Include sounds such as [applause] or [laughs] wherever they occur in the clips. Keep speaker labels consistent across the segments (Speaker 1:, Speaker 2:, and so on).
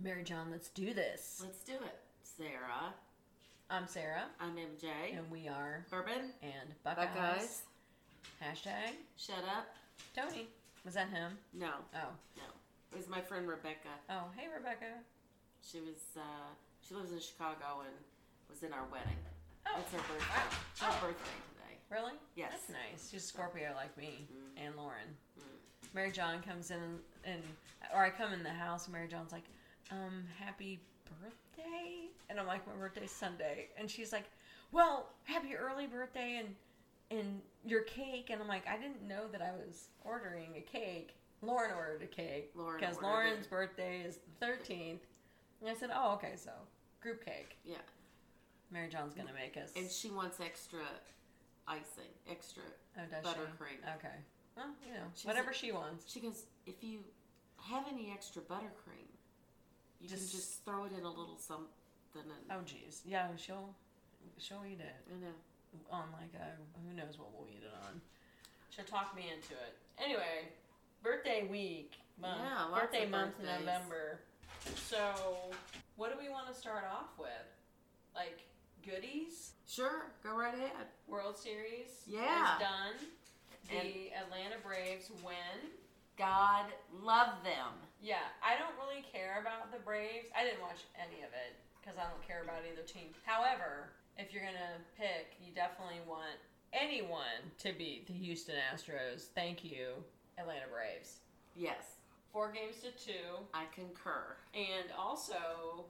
Speaker 1: Mary John, let's do this.
Speaker 2: Let's do it. Sarah,
Speaker 1: I'm Sarah,
Speaker 2: I'm MJ.
Speaker 1: and we are
Speaker 2: Bourbon,
Speaker 1: and
Speaker 2: Buckeyes,
Speaker 1: Buckeyes. Hashtag
Speaker 2: shut up.
Speaker 1: Tony. Was that him?
Speaker 2: No,
Speaker 1: Oh,
Speaker 2: no. It was my friend Rebecca.
Speaker 1: oh, hey Rebecca.
Speaker 2: She was, uh, she lives in Chicago and was in our wedding.
Speaker 1: Oh,
Speaker 2: It's her birthday.
Speaker 1: wow.
Speaker 2: It's her birthday today.
Speaker 1: really?
Speaker 2: Yes.
Speaker 1: That's nice. She's a Scorpio like me
Speaker 2: Mm.
Speaker 1: and Lauren.
Speaker 2: Mm.
Speaker 1: Mary John comes in and or I come in the house. Mary John's like, um, happy birthday, and I'm like, my birthday's Sunday, and she's like, well, happy early birthday and and your cake, and I'm like, I didn't know that I was ordering a cake. Lauren ordered a cake
Speaker 2: Lauren
Speaker 1: because
Speaker 2: ordered
Speaker 1: Lauren's
Speaker 2: it.
Speaker 1: birthday is the 13th, and I said, oh, okay, so group cake.
Speaker 2: Yeah.
Speaker 1: Mary John's gonna make us.
Speaker 2: And she wants extra icing, extra
Speaker 1: oh, does she?
Speaker 2: buttercream.
Speaker 1: Okay. Well, you know,
Speaker 2: She's
Speaker 1: whatever she wants.
Speaker 2: She goes, if you have any extra buttercream, you
Speaker 1: Just-
Speaker 2: can just throw it in a little something. And,
Speaker 1: Oh, jeez. Yeah, she'll she'll eat it
Speaker 2: I know.
Speaker 1: on like a who knows what we'll eat it on. She'll talk me into it. Anyway, birthday week, month,
Speaker 2: Yeah, lots
Speaker 1: birthday
Speaker 2: of
Speaker 1: month,
Speaker 2: birthdays.
Speaker 1: November. So, what do we want to start off with? Like goodies,
Speaker 2: Sure, go right ahead.
Speaker 1: World Series.
Speaker 2: Yeah.
Speaker 1: is done. The Atlanta Braves win.
Speaker 2: God love them.
Speaker 1: Yeah, I don't really care about the Braves. I didn't watch any of it because I don't care about either team. However, if you're gonna pick, you definitely want anyone to beat the Houston Astros. Thank you, Atlanta Braves.
Speaker 2: Yes,
Speaker 1: Four games to two,
Speaker 2: I concur.
Speaker 1: and also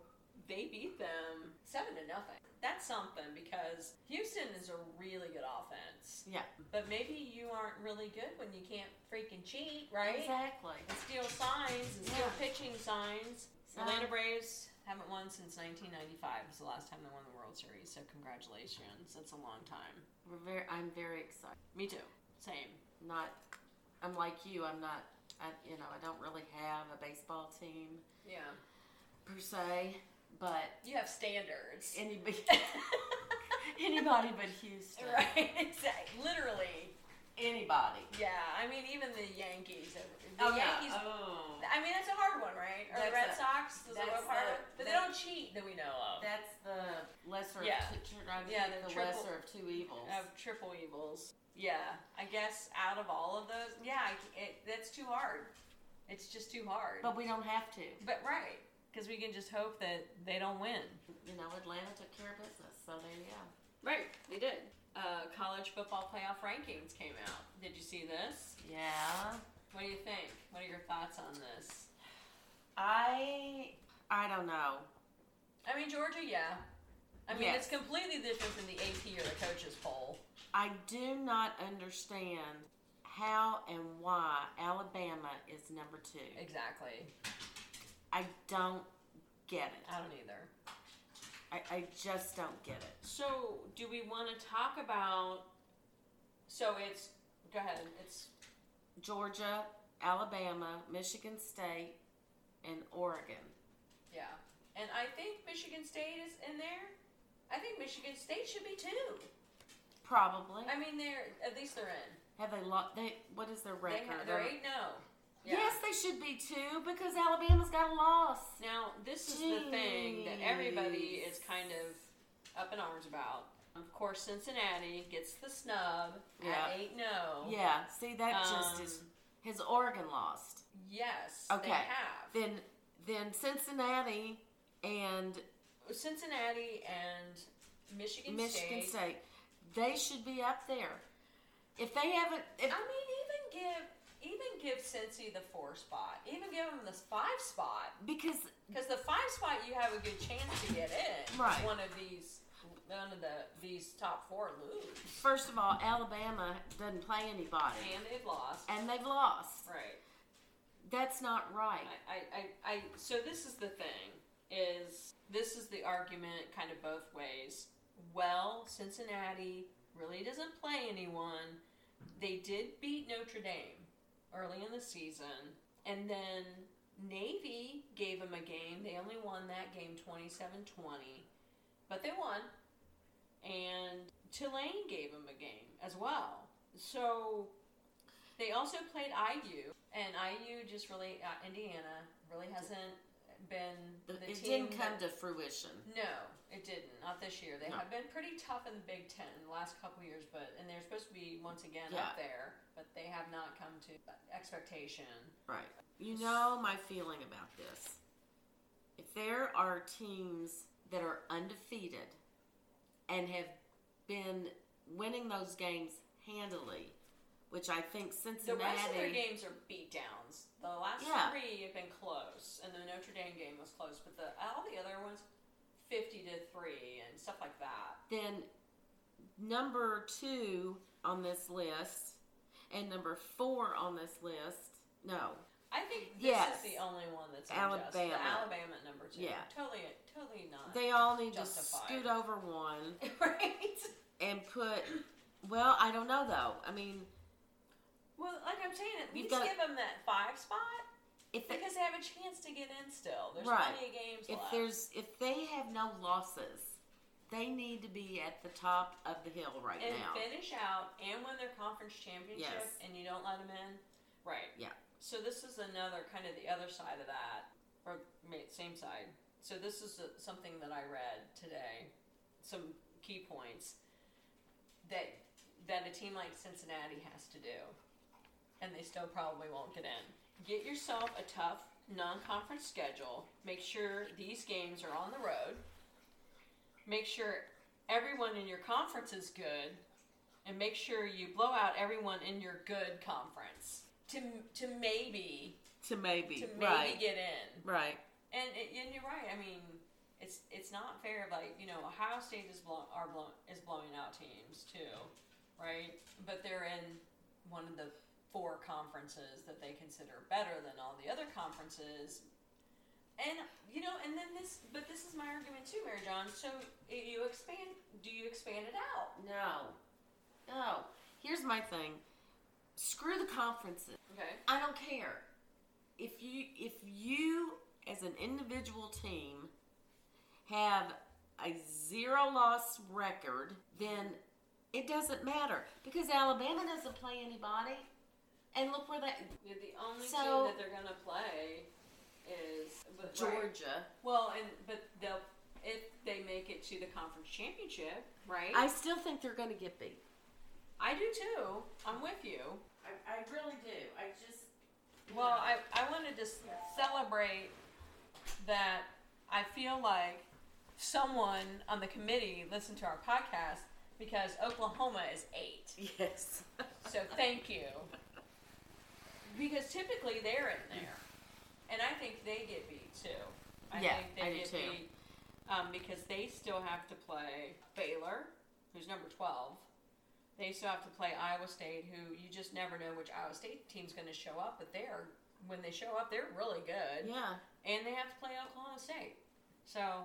Speaker 1: they beat them seven to nothing. That's something because Houston is a really good offense,
Speaker 2: Yeah,
Speaker 1: but maybe you aren't really good when you can't freaking cheat, right?
Speaker 2: exactly.
Speaker 1: and steal signs and steal
Speaker 2: Yeah.
Speaker 1: pitching signs.
Speaker 2: So-
Speaker 1: Atlanta Braves haven't won since 1995. It's the last time they won the World Series, so congratulations. That's a long time.
Speaker 2: We're very. I'm very excited.
Speaker 1: Me too. Same.
Speaker 2: Not. I'm like you. I'm not. I, you know, I don't really have a baseball team
Speaker 1: Yeah.
Speaker 2: per se, but
Speaker 1: You have standards.
Speaker 2: [laughs] anybody, anybody but Houston.
Speaker 1: [laughs] right. Exactly. Literally.
Speaker 2: Anybody.
Speaker 1: Yeah. I mean, even the Yankees. The
Speaker 2: Oh, yeah.
Speaker 1: Yankees.
Speaker 2: Oh.
Speaker 1: I mean, that's a hard one, right? Or the
Speaker 2: That's
Speaker 1: Red
Speaker 2: a-
Speaker 1: Sox. Those are
Speaker 2: that's
Speaker 1: a hard
Speaker 2: a-
Speaker 1: one. But they
Speaker 2: that-
Speaker 1: don't cheat that we know of.
Speaker 2: That's the lesser
Speaker 1: Yeah.
Speaker 2: of two, I
Speaker 1: Yeah,
Speaker 2: think
Speaker 1: the
Speaker 2: the,
Speaker 1: triple-
Speaker 2: lesser of two evils.
Speaker 1: Of triple evils. Yeah, I guess out of all of those, yeah, I c it, that's too hard. It's just too hard.
Speaker 2: But we don't have to.
Speaker 1: But right, because we can just hope that they don't win.
Speaker 2: You know, Atlanta took care of business, so there you go.
Speaker 1: Right, they did. Uh, college football playoff rankings came out. Did you see this?
Speaker 2: Yeah.
Speaker 1: What do you think? What are your thoughts on this?
Speaker 2: I I don't know.
Speaker 1: I mean, Georgia, yeah. I mean,
Speaker 2: Yes.
Speaker 1: it's completely different than the AP or the coaches poll.
Speaker 2: I do not understand how and why Alabama is number two.
Speaker 1: Exactly.
Speaker 2: I don't get it.
Speaker 1: I don't either.
Speaker 2: I, I just don't get it.
Speaker 1: So, do we want to talk about? So it's go ahead. It's
Speaker 2: Georgia, Alabama, Michigan State, and Oregon.
Speaker 1: yeah, and I think Michigan State is in there. I think Michigan State should be too.
Speaker 2: Probably.
Speaker 1: I mean, they're at least they're in.
Speaker 2: Have they lost? They what is their record?
Speaker 1: They ha- they're eight oh. no.
Speaker 2: Yes, they should be too because Alabama's got a loss.
Speaker 1: Now this is the thing that everybody is kind of up in arms about. Of course, Cincinnati gets the snub
Speaker 2: Yeah.
Speaker 1: at eight no.
Speaker 2: Yeah. See, that just
Speaker 1: Um,
Speaker 2: is. Has Oregon lost?
Speaker 1: Yes,
Speaker 2: Okay.
Speaker 1: they have
Speaker 2: Then then Cincinnati and
Speaker 1: Cincinnati and Michigan,
Speaker 2: Michigan
Speaker 1: State.
Speaker 2: State, they should be up there. If they haven't,
Speaker 1: I
Speaker 2: if,
Speaker 1: mean, even give even give Cincy the four spot. Even give them the five spot
Speaker 2: because
Speaker 1: because the five spot you have a good chance to get in.
Speaker 2: Right.
Speaker 1: One of these, one of the these top four lose,
Speaker 2: first of all, Alabama doesn't play anybody,
Speaker 1: and they've lost.
Speaker 2: and they've lost.
Speaker 1: Right.
Speaker 2: That's not right.
Speaker 1: I, I, I, I, so this is the thing is this is the argument kind of both ways. Well, Cincinnati really doesn't play anyone. They did beat Notre Dame early in the season, and then Navy gave them a game. They only won that game 27 20, but they won. And Tulane gave them a game as well. So they also played IU, and IU just really, uh, Indiana really hasn't been
Speaker 2: The It
Speaker 1: team
Speaker 2: didn't
Speaker 1: had-
Speaker 2: come to fruition.
Speaker 1: No, it didn't. Not this year. They
Speaker 2: No.
Speaker 1: have been pretty tough in the Big Ten the last couple years, but and they're supposed to be once again
Speaker 2: Yeah.
Speaker 1: up there, but they have not come to expectation.
Speaker 2: Right. You know my feeling about this. If there are teams that are undefeated and have been winning those games handily, which I think
Speaker 1: The
Speaker 2: Cincinnati.
Speaker 1: rest of their games are beat downs. The last
Speaker 2: Yeah.
Speaker 1: three have been close, and the Notre Dame game was close, but the all the other ones, fifty to three and stuff like that.
Speaker 2: Then number two on this list and number four on this list. No.
Speaker 1: I think this
Speaker 2: Yes.
Speaker 1: is the only one that's unjust. The
Speaker 2: Alabama.
Speaker 1: Alabama at number two.
Speaker 2: Yeah.
Speaker 1: Totally, totally not.
Speaker 2: They all need
Speaker 1: Justified.
Speaker 2: to scoot over one
Speaker 1: [laughs] right?
Speaker 2: and put. Well, I don't know though. I mean,
Speaker 1: Well, like I'm saying, at least
Speaker 2: You've got-
Speaker 1: give them that five spot
Speaker 2: if they,
Speaker 1: because they have a chance to get in still. There's
Speaker 2: Right.
Speaker 1: plenty of games
Speaker 2: if
Speaker 1: left.
Speaker 2: there's if they have no losses, they need to be at the top of the hill right
Speaker 1: and
Speaker 2: now.
Speaker 1: finish out and win their conference championship,
Speaker 2: Yes.
Speaker 1: and you don't let them in, right?
Speaker 2: Yeah.
Speaker 1: So this is another kind of the other side of that, or ma- same side. So this is a, something that I read today. Some key points that that a team like Cincinnati has to do, and they still probably won't get in. Get yourself a tough non-conference schedule. Make sure these games are on the road. Make sure everyone in your conference is good, and make sure you blow out everyone in your good conference to to maybe
Speaker 2: to maybe,
Speaker 1: to maybe
Speaker 2: right,
Speaker 1: get in.
Speaker 2: right,
Speaker 1: And it, and you're right. I mean, it's it's not fair. Like you know, Ohio State is blow, are blow, is blowing out teams too, right? But they're in one of the four conferences that they consider better than all the other conferences. And you know, and then this, but this is my argument too, Mary John. So you expand, do you expand it out?
Speaker 2: no, no. Here's my thing: screw the conferences.
Speaker 1: Okay.
Speaker 2: I don't care if you if you as an individual team have a zero loss record, then it doesn't matter because Alabama doesn't play anybody. And look where that
Speaker 1: Yeah, the only
Speaker 2: So-
Speaker 1: team that they're gonna play is but, right.
Speaker 2: Georgia.
Speaker 1: Well, and but they'll if they make it to the conference championship, right?
Speaker 2: I still think they're going to get beat.
Speaker 1: I do too. I'm with you.
Speaker 2: I, I really do. I just.
Speaker 1: Well, I I wanted to s- celebrate that. I feel like someone on the committee listened to our podcast because Oklahoma is eight.
Speaker 2: [laughs] Yes.
Speaker 1: So thank you. Because typically they're in there, and I think they get beat too. I
Speaker 2: Yeah,
Speaker 1: think they
Speaker 2: I do
Speaker 1: get
Speaker 2: too.
Speaker 1: beat um, because they still have to play Baylor, who's number twelve. They still have to play Iowa State, who you just never know which Iowa State team's going to show up. But they're when they show up, they're really good,
Speaker 2: yeah.
Speaker 1: and they have to play Oklahoma State. So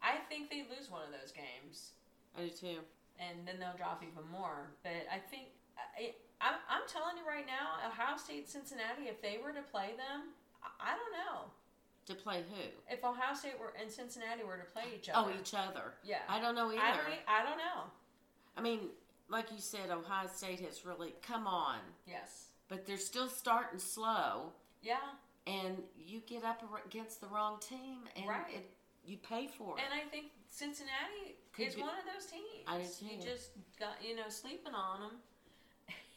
Speaker 1: I think they lose one of those games
Speaker 2: I do too.
Speaker 1: and then they'll drop even more. But I think I, I'm, I'm telling you right now, Ohio State, Cincinnati, if they were to play them, I, I don't know
Speaker 2: To play who?
Speaker 1: if Ohio State were and Cincinnati were to play each
Speaker 2: Oh,
Speaker 1: other.
Speaker 2: each other.
Speaker 1: yeah,
Speaker 2: I don't know either.
Speaker 1: I don't, e- I don't know.
Speaker 2: I mean, like you said, Ohio State has really come on,
Speaker 1: Yes,
Speaker 2: but they're still starting slow,
Speaker 1: yeah,
Speaker 2: and you get up ar- against the wrong team, and
Speaker 1: Right.
Speaker 2: it, you pay for it.
Speaker 1: and I think Cincinnati
Speaker 2: Could
Speaker 1: is
Speaker 2: be-
Speaker 1: one of those teams.
Speaker 2: I do
Speaker 1: You
Speaker 2: too.
Speaker 1: just got you know sleeping on them.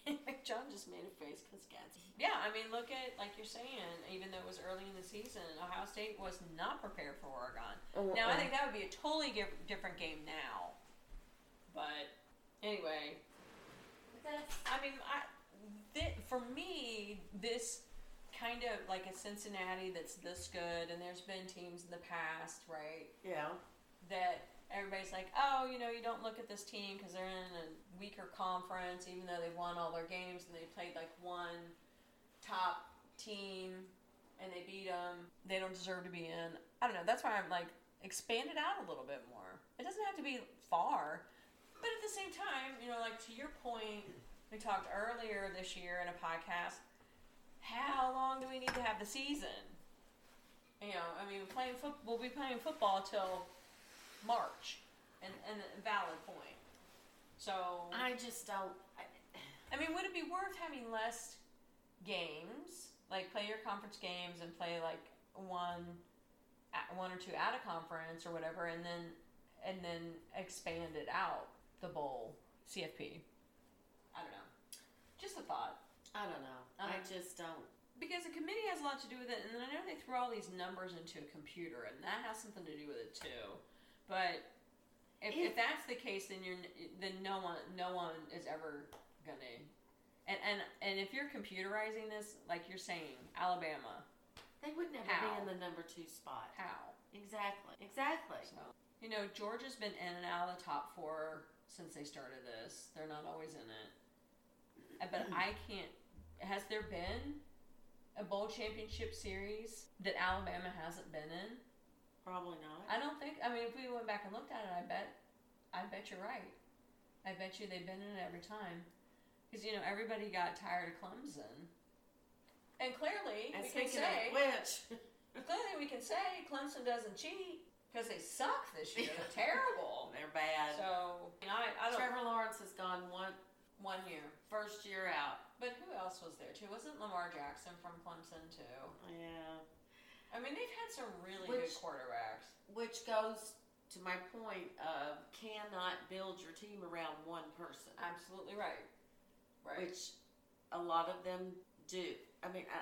Speaker 1: [laughs] John just made a face because cats. Yeah, I mean, look at like you're saying. Even though it was early in the season, Ohio State was not prepared for Oregon. Now I think that would be a totally gif- different game now. But anyway, I mean, I thi- for me this kind of like a Cincinnati that's this good, and there's been teams in the past, right?
Speaker 2: yeah.
Speaker 1: That everybody's like, oh, you know, you don't look at this team because they're in a weaker conference, even though they won all their games and they played like one top team and they beat them. They don't deserve to be in. I don't know. That's why I'm like expand it out a little bit more. It doesn't have to be far, but at the same time, you know, like to your point, we talked earlier this year in a podcast. How long do we need to have the season? You know, I mean, we're playing foot. We'll be playing football till March, and and a valid point. So
Speaker 2: I just don't. I,
Speaker 1: I mean, would it be worth having less games? Like play your conference games and play like one at- one or two at a conference or whatever, and then and then expand it out the bowl CFP. I don't know. Just a thought.
Speaker 2: I don't know. I
Speaker 1: Um,
Speaker 2: just don't.
Speaker 1: Because a committee has a lot to do with it, and then I know they throw all these numbers into a computer, and that has something to do with it too. But if, if
Speaker 2: If-
Speaker 1: that's the case, then you're n- then no one no one is ever gonna. And and and if you're computerizing this, like you're saying, Alabama,
Speaker 2: They would never
Speaker 1: How?
Speaker 2: be in the number two spot.
Speaker 1: how?
Speaker 2: Exactly. Exactly.
Speaker 1: So you know, Georgia's been in and out of the top four since they started this. They're not always in it. Uh, But I can't. Has there been a bowl championship series that Alabama hasn't been in?
Speaker 2: Probably not.
Speaker 1: I don't think. I mean, if we went back and looked at it, I bet, I bet you're right. I bet you they've been in it every time, because you know everybody got tired of Clemson, and clearly
Speaker 2: And
Speaker 1: we can
Speaker 2: speaking
Speaker 1: say,
Speaker 2: of which, [laughs]
Speaker 1: clearly we can say Clemson doesn't cheat because they suck this
Speaker 2: [laughs]
Speaker 1: year.
Speaker 2: Yeah.
Speaker 1: They're terrible.
Speaker 2: they're bad.
Speaker 1: So you know, I, I don't
Speaker 2: Trevor Lawrence has gone one
Speaker 1: one year.
Speaker 2: first year out.
Speaker 1: But who else was there too? Wasn't Lamar Jackson from Clemson too?
Speaker 2: Yeah.
Speaker 1: I mean, they've had some really good
Speaker 2: Which-
Speaker 1: quarterbacks.
Speaker 2: Which goes to my point of cannot build your team around one person,
Speaker 1: Absolutely right. Right.
Speaker 2: which a lot of them do. I mean, I,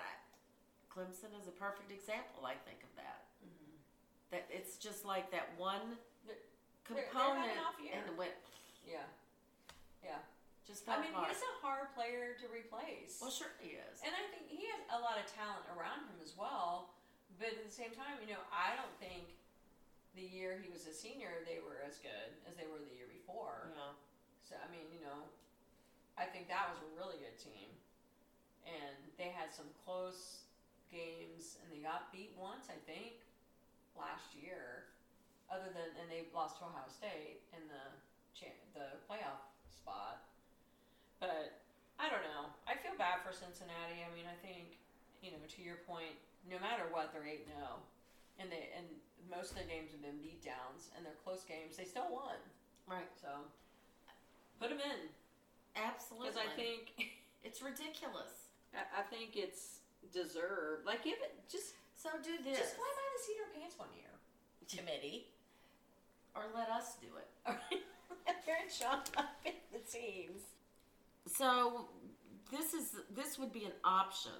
Speaker 2: Clemson is a perfect example, I think, of that.
Speaker 1: Mhm.
Speaker 2: That it's just like that one
Speaker 1: They're- they're having
Speaker 2: component
Speaker 1: an off year.
Speaker 2: and it went
Speaker 1: Yeah.
Speaker 2: just fell
Speaker 1: I mean,
Speaker 2: apart.
Speaker 1: he's a hard player to replace.
Speaker 2: well, sure he is.
Speaker 1: And I think he has a lot of talent around him as well. But at the same time, you know, I don't think the year he was a senior, they were as good as they were the year before.
Speaker 2: Yeah.
Speaker 1: So, I mean, you know, I think that was a really good team. And they had some close games, and they got beat once, I think, last year. Other than, and they lost to Ohio State in the cha- the playoff spot. But I don't know. I feel bad for Cincinnati. I mean, I think you know, to your point, no matter what, they're eight zero, and they and most of their games have been beat downs, and they're close games. They still won.
Speaker 2: Right.
Speaker 1: So put them in
Speaker 2: Absolutely.
Speaker 1: because I think
Speaker 2: it's ridiculous.
Speaker 1: I I think it's deserved. Like if it just
Speaker 2: So do this.
Speaker 1: just fly by the seat of your pants one year, committee.
Speaker 2: or let us do it.
Speaker 1: [laughs] They're in shock in the teams.
Speaker 2: So this is this would be an option.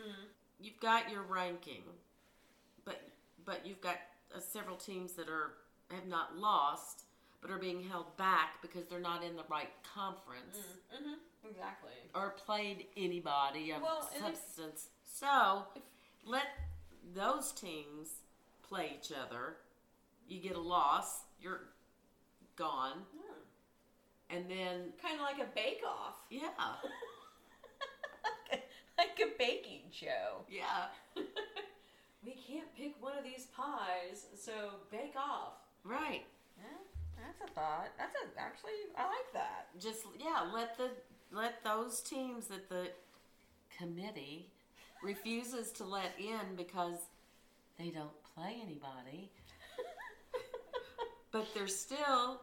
Speaker 1: Mm-hmm.
Speaker 2: You've got your ranking, but but you've got uh, several teams that are have not lost but are being held back because they're not in the right conference
Speaker 1: Mm-hmm. Exactly.
Speaker 2: or played anybody of
Speaker 1: Well, and if-
Speaker 2: substance. So
Speaker 1: if-
Speaker 2: let those teams play each other. You get a loss, you're gone, and then
Speaker 1: Kind of Mm-hmm. like a bake off.
Speaker 2: yeah.
Speaker 1: [laughs] like a baking show.
Speaker 2: Yeah.
Speaker 1: [laughs] we can't pick one of these pies, so bake off.
Speaker 2: Right.
Speaker 1: Yeah, that's a thought. That's a actually I like [laughs] that.
Speaker 2: Just yeah, let the let those teams that the committee refuses to let in because they don't play anybody, but they're still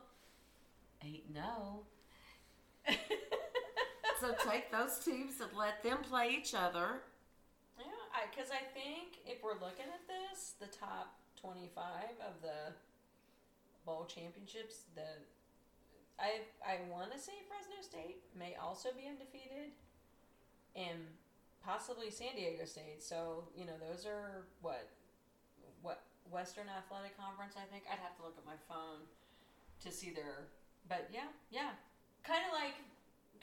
Speaker 2: eight no. So take those teams and let them play each other.
Speaker 1: yeah, I because I think if we're looking at this, the top twenty-five of the bowl championships, the I I want to say Fresno State may also be undefeated, and possibly San Diego State. So you know those are what what Western Athletic Conference. I think I'd have to look at my phone to see their. But yeah, yeah, kind of like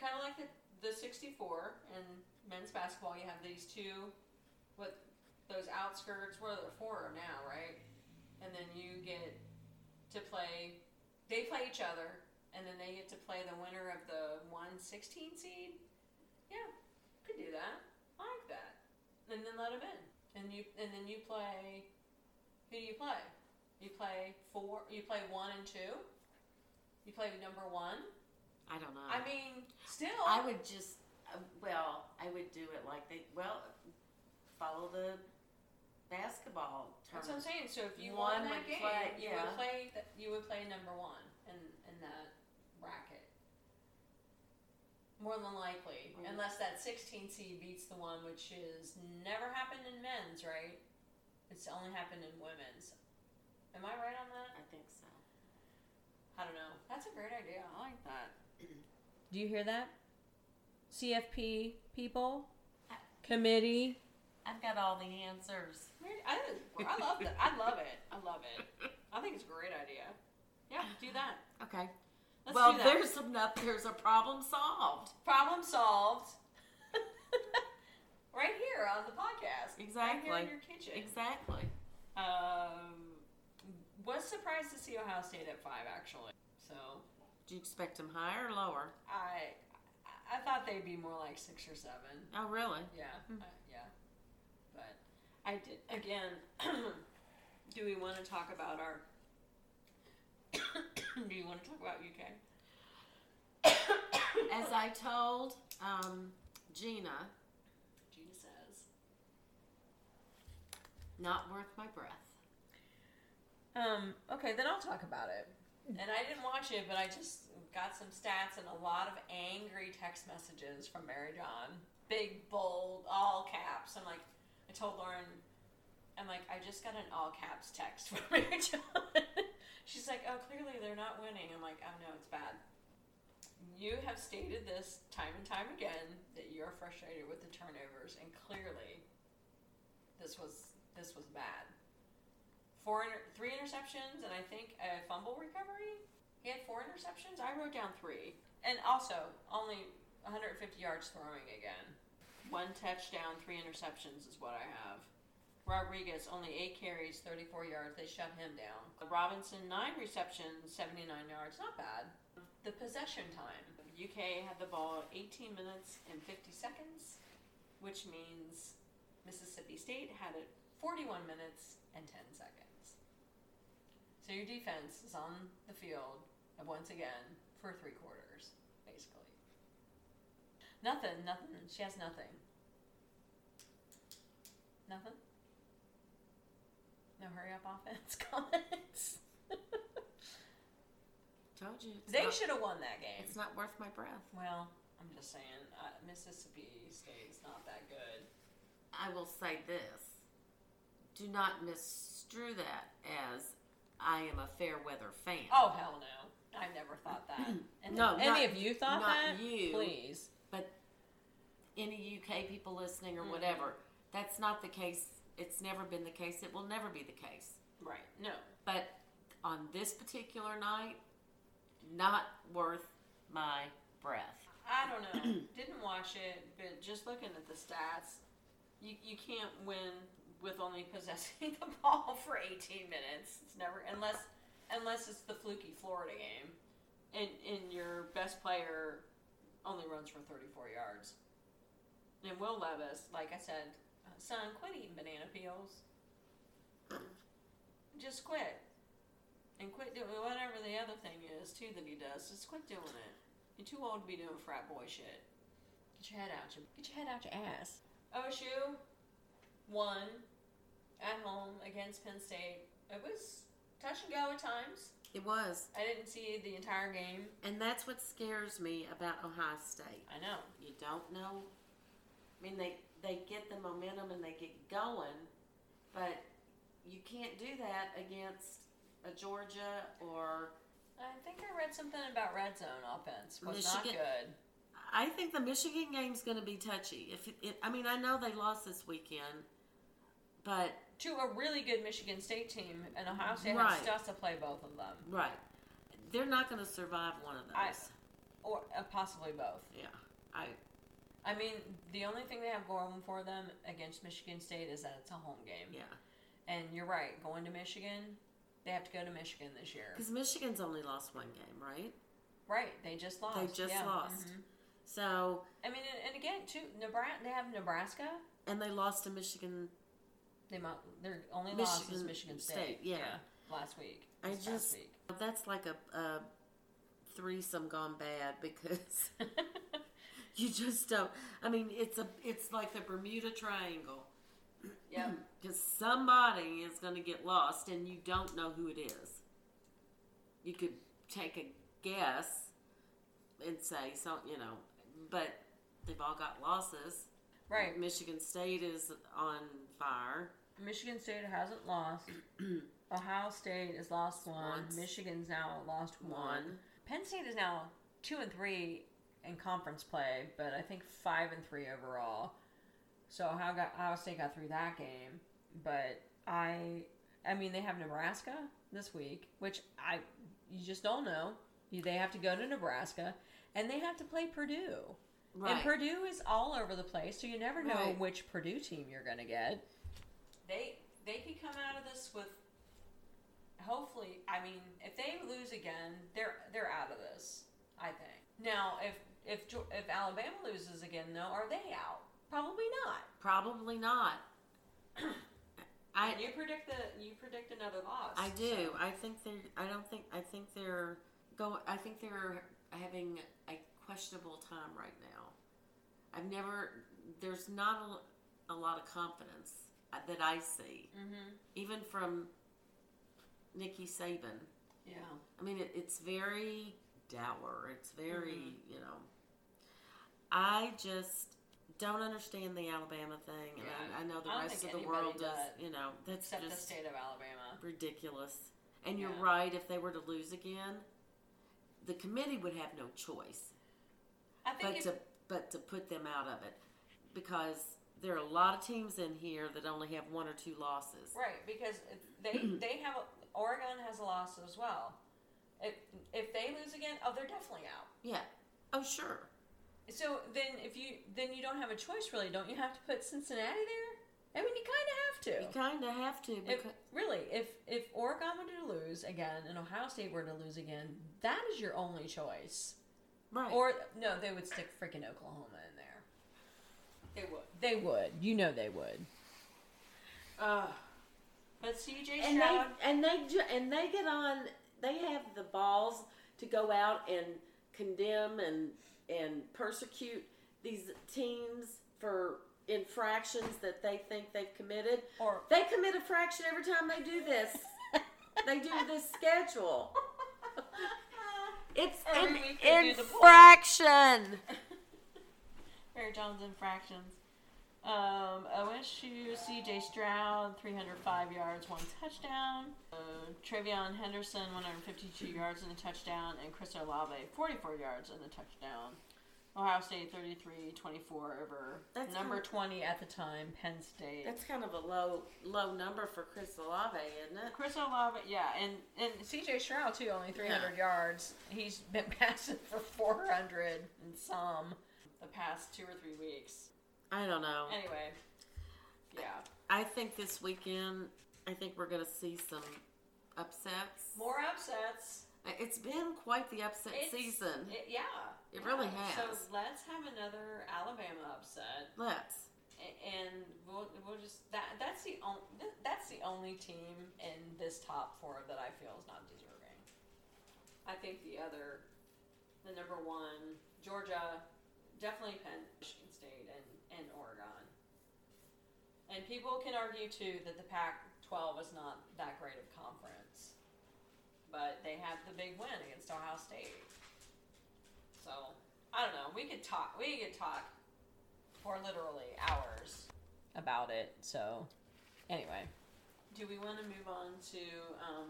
Speaker 1: kind of like the the sixty four in men's basketball. You have these two, what those outskirts. Where there four now, right? And then you get to play. They play each other, and then they get to play the winner of the one sixteen seed. Yeah, could do that. I like that. And then let them in. And you and then you play. Who do you play? You play four. You play one and two. You play number one.
Speaker 2: I don't know.
Speaker 1: I mean, still.
Speaker 2: Uh, I would just uh, well, I would do it like they well follow the basketball
Speaker 1: That's what I'm
Speaker 2: tournament.
Speaker 1: saying. So if you
Speaker 2: One
Speaker 1: won that
Speaker 2: would
Speaker 1: game,
Speaker 2: play-
Speaker 1: you
Speaker 2: yeah.
Speaker 1: would play. th- You would play number one in in that bracket. More than likely,
Speaker 2: Mhm.
Speaker 1: unless that 16 seed beats the one, which is never happened in men's, right? It's only happened in women's. Am I right on that?
Speaker 2: I think so.
Speaker 1: I don't know. That's a great idea. I like that. Do you hear that? CFP people, committee.
Speaker 2: I've got all the answers.
Speaker 1: I, I love that. I love it. I love it. I think it's a great idea. Yeah, do that.
Speaker 2: Okay.
Speaker 1: Let's
Speaker 2: well,
Speaker 1: do that.
Speaker 2: there's enough. There's a problem solved.
Speaker 1: problem solved. [laughs] right here on the podcast. Right here in
Speaker 2: Exactly.
Speaker 1: your kitchen.
Speaker 2: Exactly.
Speaker 1: Um, was surprised to see Ohio State at five actually. So
Speaker 2: Do you expect them higher or lower?
Speaker 1: I, I- I thought they'd be more like six or seven.
Speaker 2: Oh, really?
Speaker 1: Yeah,
Speaker 2: Hmm.
Speaker 1: uh, yeah. But I did again. [clears throat] do we want to talk about our? [coughs] do you want to talk about UK?
Speaker 2: As I told um, Gina,
Speaker 1: Gina says.
Speaker 2: not worth my breath.
Speaker 1: Um, okay, then I'll talk about it. And I didn't watch it, but I just got some stats and a lot of angry text messages from Mary John. Big, bold, all caps. I'm like, I told Lauren, I'm like, I just got an all caps text [laughs] from Mary John. She's like, oh, clearly they're not winning. I'm like, oh no, it's bad. You have stated this time and time again that you're frustrated with the turnovers, and clearly, this was this was bad four, inter- three interceptions, and I think a fumble recovery. He had four interceptions. I wrote down three, and also only 150 yards throwing again. One touchdown, three interceptions is what I have. Rodriguez only eight carries, 34 yards. They shut him down. Robinson nine receptions, 79 yards. Not bad. The possession time. UK had the ball 18 minutes and 50 seconds, which means Mississippi State had it 41 minutes and 10 seconds. So your defense is on the field and once again for three quarters, basically. Nothing, nothing. She has nothing. Nothing? No hurry up [laughs] offense comments.
Speaker 2: Told you. It's,
Speaker 1: they
Speaker 2: not,
Speaker 1: should have won that game.
Speaker 2: it's not worth my breath.
Speaker 1: Well, I'm just saying, uh, Mississippi State's not that good.
Speaker 2: I will say this. Do not misstrew that as I am a fair weather fan.
Speaker 1: Oh, hell no. I never thought
Speaker 2: [clears throat]
Speaker 1: that. And
Speaker 2: No,
Speaker 1: any
Speaker 2: not-
Speaker 1: of you thought
Speaker 2: not
Speaker 1: that?
Speaker 2: you.
Speaker 1: Please.
Speaker 2: Any UK people listening or
Speaker 1: Mhm.
Speaker 2: whatever, that's not the case. It's never been the case. It will never be the case.
Speaker 1: Right. No.
Speaker 2: But on this particular night, not worth my breath.
Speaker 1: I don't know. Didn't watch it, but just looking at the stats, you, you can't win with only [laughs] possessing the ball for 18 minutes. It's never unless unless it's the fluky Florida game, and and your best player only runs for 34 yards. And Will Levis, like I said, son, quit eating banana peels. Just quit. And quit doing whatever the other thing is too that he does. Just quit doing it. You're too old to be doing frat boy shit. Get your head out your get your head out your ass. OSU won at home against Penn State. It was touch and go at times.
Speaker 2: It was.
Speaker 1: I didn't see the entire game.
Speaker 2: And that's what scares me about Ohio State.
Speaker 1: I know.
Speaker 2: You don't know. I mean, they, they get the momentum and they get going, but you can't do that against a Georgia or.
Speaker 1: I think I read something about red zone offense was not
Speaker 2: Michigan-
Speaker 1: good.
Speaker 2: I think the Michigan game's going to be touchy. If it, it, I mean, I know they lost this weekend, but
Speaker 1: To a really good Michigan State team, and Ohio State
Speaker 2: Right.
Speaker 1: has stuff to play both of them,
Speaker 2: right, they're not going to survive one of those.
Speaker 1: I- or uh, possibly both.
Speaker 2: yeah, I
Speaker 1: I mean, the only thing they have going for them against Michigan State is that it's a home game.
Speaker 2: yeah,
Speaker 1: And you're right, going to Michigan, they have to go to Michigan this year.
Speaker 2: because Michigan's only lost one game, right?
Speaker 1: Right, they just lost.
Speaker 2: They just
Speaker 1: yeah,
Speaker 2: lost.
Speaker 1: mhm.
Speaker 2: So,
Speaker 1: I mean, and, and again, too, Nebraska, they have Nebraska.
Speaker 2: and they lost to Michigan.
Speaker 1: They might, their only loss is
Speaker 2: Michigan
Speaker 1: Michigan State.
Speaker 2: State, yeah.
Speaker 1: last week.
Speaker 2: I
Speaker 1: this
Speaker 2: just-
Speaker 1: past week. [laughs]
Speaker 2: That's like a, a threesome gone bad because [laughs] you just don't. I mean, it's a it's like the Bermuda Triangle.
Speaker 1: yep.
Speaker 2: Because somebody is going to get lost and you don't know who it is. You could take a guess and say, so, you know, but they've all got losses.
Speaker 1: Right.
Speaker 2: Michigan State is on fire.
Speaker 1: Michigan State hasn't
Speaker 2: [clears throat]
Speaker 1: lost. Ohio State has lost one.
Speaker 2: Once.
Speaker 1: Michigan's now lost one.
Speaker 2: One.
Speaker 1: Penn State is now two and three in conference play, but I think five and three overall. So Ohio, got, Ohio State got through that game, but I, I mean, they have Nebraska this week, which I, you just don't know. You, they have to go to Nebraska, and they have to play Purdue. And
Speaker 2: Right.
Speaker 1: Purdue is all over the place, so you never know
Speaker 2: Right.
Speaker 1: which Purdue team you're going to get. They they could come out of this with hopefully. I mean, if they lose again, they're they're out of this. I think now if if Geo- if Alabama loses again, though, are they out? Probably not.
Speaker 2: Probably not. [clears throat] I
Speaker 1: And you predict the you predict another loss.
Speaker 2: I do.
Speaker 1: so-
Speaker 2: I think they're. I don't think. I think they're go. I think they're having a questionable time right now. I've never. There's not a, a lot of confidence that I see,
Speaker 1: Mhm.
Speaker 2: even from Nikki Saban.
Speaker 1: Yeah.
Speaker 2: I mean, it, it's very dour. It's very,
Speaker 1: Mm-hmm.
Speaker 2: you know. I just don't understand the Alabama thing, and
Speaker 1: Yeah.
Speaker 2: I, I know the
Speaker 1: I don't
Speaker 2: rest of
Speaker 1: think
Speaker 2: the
Speaker 1: anybody
Speaker 2: world does.
Speaker 1: does.
Speaker 2: You know, that's
Speaker 1: Except
Speaker 2: just
Speaker 1: the state of Alabama.
Speaker 2: ridiculous. And you're
Speaker 1: Yeah.
Speaker 2: right. If they were to lose again, the committee would have no choice
Speaker 1: I think
Speaker 2: but
Speaker 1: if,
Speaker 2: to but to put them out of it because there are a lot of teams in here that only have one or two losses.
Speaker 1: Right, because
Speaker 2: [clears throat]
Speaker 1: they they have a, Oregon has a loss as well. If if they lose again, oh, they're definitely out.
Speaker 2: Yeah. Oh sure.
Speaker 1: So then, if you then you don't have a choice, really, don't you have to put Cincinnati there? I mean, you kind of
Speaker 2: You
Speaker 1: have to.
Speaker 2: kind of have to because
Speaker 1: If, really, if if Oregon were to lose again and Ohio State were to lose again, that is your only choice.
Speaker 2: right.
Speaker 1: Or no, they would stick freaking Oklahoma in there. They would. They would. You know they would. Uh, but CJ
Speaker 2: and they and they ju- and they get on. They have the balls to go out and condemn and and persecute these teams for infractions that they think they've committed.
Speaker 1: or
Speaker 2: They commit a fraction every time they do [laughs] this. they do this schedule. It's
Speaker 1: Every
Speaker 2: an
Speaker 1: week they do the poll.
Speaker 2: infraction.
Speaker 1: Mary John's infractions. Um, OSU, CJ Stroud, 305 yards, one touchdown. Uh, Trevion Henderson, 152 yards and a touchdown. And Chris Olave, 44 yards and a touchdown. Ohio State, 33 24 over
Speaker 2: That's
Speaker 1: number
Speaker 2: kind
Speaker 1: 20 at the time, Penn State.
Speaker 2: That's kind of a low low number for Chris Olave, isn't it?
Speaker 1: Chris Olave, yeah, and, and CJ Stroud, too, only 300 yards. He's been [laughs] passing for 400 and some the past two or three weeks.
Speaker 2: I don't know.
Speaker 1: Anyway, yeah.
Speaker 2: I think this weekend, I think we're going to see some upsets.
Speaker 1: More upsets.
Speaker 2: It's been quite the upset
Speaker 1: It's-
Speaker 2: season.
Speaker 1: It, yeah.
Speaker 2: It really
Speaker 1: Yeah.
Speaker 2: has.
Speaker 1: So let's have another Alabama upset,
Speaker 2: Let's.
Speaker 1: a- and we'll, we'll just that that's the only that's the only team in this top four that I feel is not deserving. I think the other, the number one, Georgia, definitely Penn, Michigan State, and and Oregon. And people can argue too that the Pac-12 is not that great of conference, but they have the big win against Ohio State. So I don't know. We could talk. We could talk for literally hours about it. So anyway, do we want to move on to um,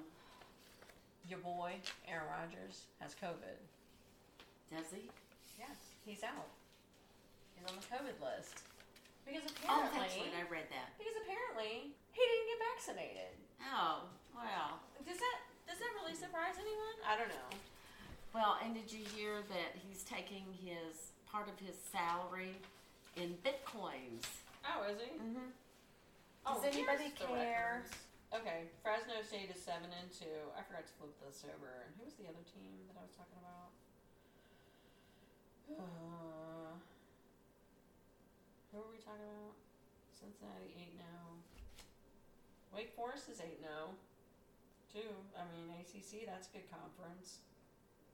Speaker 1: your boy Aaron Rodgers has COVID?
Speaker 2: Does he?
Speaker 1: Yes, he's out. He's on the COVID list because
Speaker 2: Oh,
Speaker 1: apparently
Speaker 2: that's right. I read that.
Speaker 1: because apparently he didn't get vaccinated.
Speaker 2: Oh, wow.
Speaker 1: Does that does that really surprise anyone? I don't know.
Speaker 2: Well, and did you hear that he's taking his part of his salary in bitcoins?
Speaker 1: Oh, is he?
Speaker 2: Mm-hmm.
Speaker 1: Oh,
Speaker 2: Does
Speaker 1: here's the
Speaker 2: anybody care?
Speaker 1: records. Okay, Fresno State is seven and two. I forgot to flip this over. And who was the other team that I was talking about? Uh, who were we talking about? Cincinnati eight no. Wake Forest is eight no. Two. I mean ACC. That's a good conference.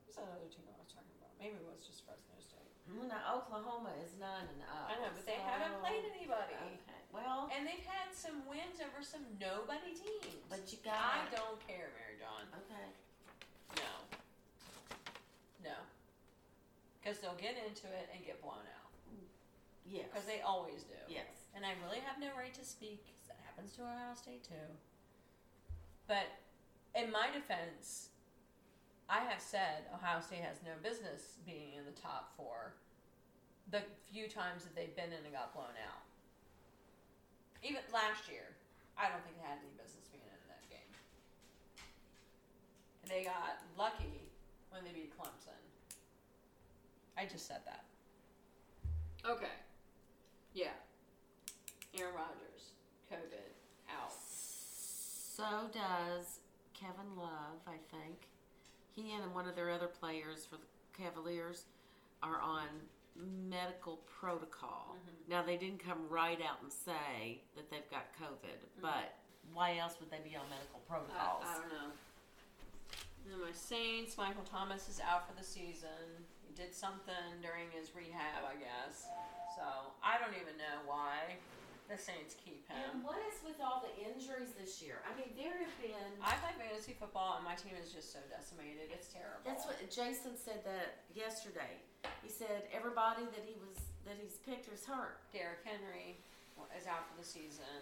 Speaker 1: Who's that other team I was talking about? Maybe it was just Fresno State.
Speaker 2: Well, Mm-hmm. now Oklahoma is nine and up.
Speaker 1: I know, but they haven't
Speaker 2: so-
Speaker 1: played anybody.
Speaker 2: Okay. Well,
Speaker 1: And they've had some wins over some nobody teams.
Speaker 2: but you
Speaker 1: I
Speaker 2: got
Speaker 1: don't care, Mary Dawn.
Speaker 2: okay.
Speaker 1: No. No. Because they'll get into it and get blown out.
Speaker 2: Yes.
Speaker 1: because they always do.
Speaker 2: Yes.
Speaker 1: And I really have no right to speak 'cause that happens to Ohio State too. But in my defense, I have said Ohio State has no business being in the top four the few times that they've been in and got blown out. Even last year, I don't think it had any business being in that game. And they got lucky when they beat Clemson. I just said that. Okay. Yeah. Aaron Rodgers, COVID, out.
Speaker 2: So does Kevin Love, I think. He and one of their other players for the Cavaliers are on medical protocol.
Speaker 1: Mm-hmm.
Speaker 2: Now, they didn't come right out and say that they've got COVID, but why else would they be on medical protocols?
Speaker 1: I, I don't know. And then my Saints, Michael Thomas is out for the season. He did something during his rehab, I guess. So I don't even know why the Saints keep
Speaker 2: and
Speaker 1: him.
Speaker 2: what is with all the injuries this year? I mean, there have been.
Speaker 1: I play fantasy football, and my team is just so decimated. It's terrible.
Speaker 2: That's what Jason said that yesterday. He said everybody that he was that he's picked is hurt.
Speaker 1: Derrick Henry is out for the season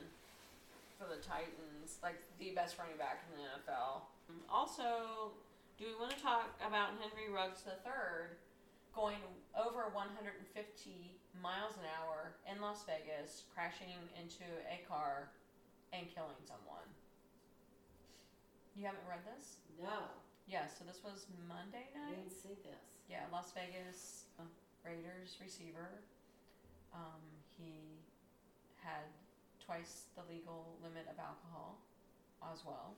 Speaker 1: for the Titans, like the best running back in the NFL. Also, do we want to talk about Henry Ruggs III going over 150 miles an hour in Las Vegas, crashing into a car and killing someone? You haven't read this?
Speaker 2: No,
Speaker 1: Yeah, so this was Monday
Speaker 2: I
Speaker 1: night?
Speaker 2: didn't see this.
Speaker 1: Yeah, Las Vegas uh, Raiders receiver. Um, he had twice the legal limit of alcohol as well.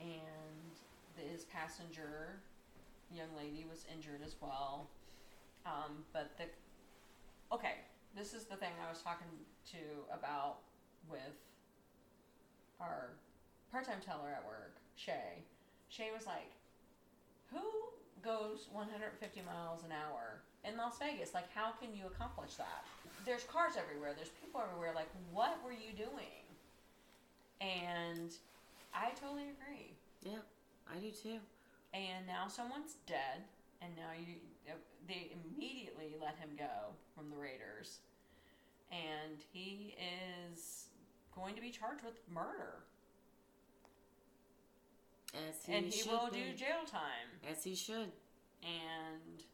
Speaker 1: And his passenger, young lady, was injured as well. Um, but the. Okay, this is the thing I was talking to about with our part time teller at work, Shay. Shay was like, who goes 150 miles an hour in Las Vegas? Like, how can you accomplish that? There's cars everywhere, there's people everywhere. Like, what were you doing? And I totally agree.
Speaker 2: Yeah, I do too.
Speaker 1: And now someone's dead, and now you they immediately let him go from the Raiders, and he is going to be charged with murder,
Speaker 2: As he
Speaker 1: and he
Speaker 2: should
Speaker 1: will
Speaker 2: be.
Speaker 1: do jail time.
Speaker 2: As he should.
Speaker 1: and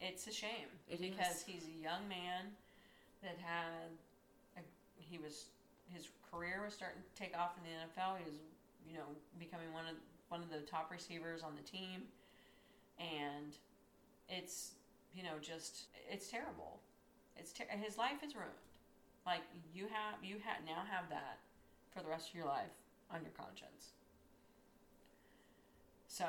Speaker 1: it's a shame
Speaker 2: It
Speaker 1: because
Speaker 2: is.
Speaker 1: he's a young man that had a, he was his career was starting to take off in the NFL. He was you know becoming one of one of the top receivers on the team, and it's you know just it's terrible. It's ter- his life is ruined. Like you have you ha now have that for the rest of your life on your conscience. So,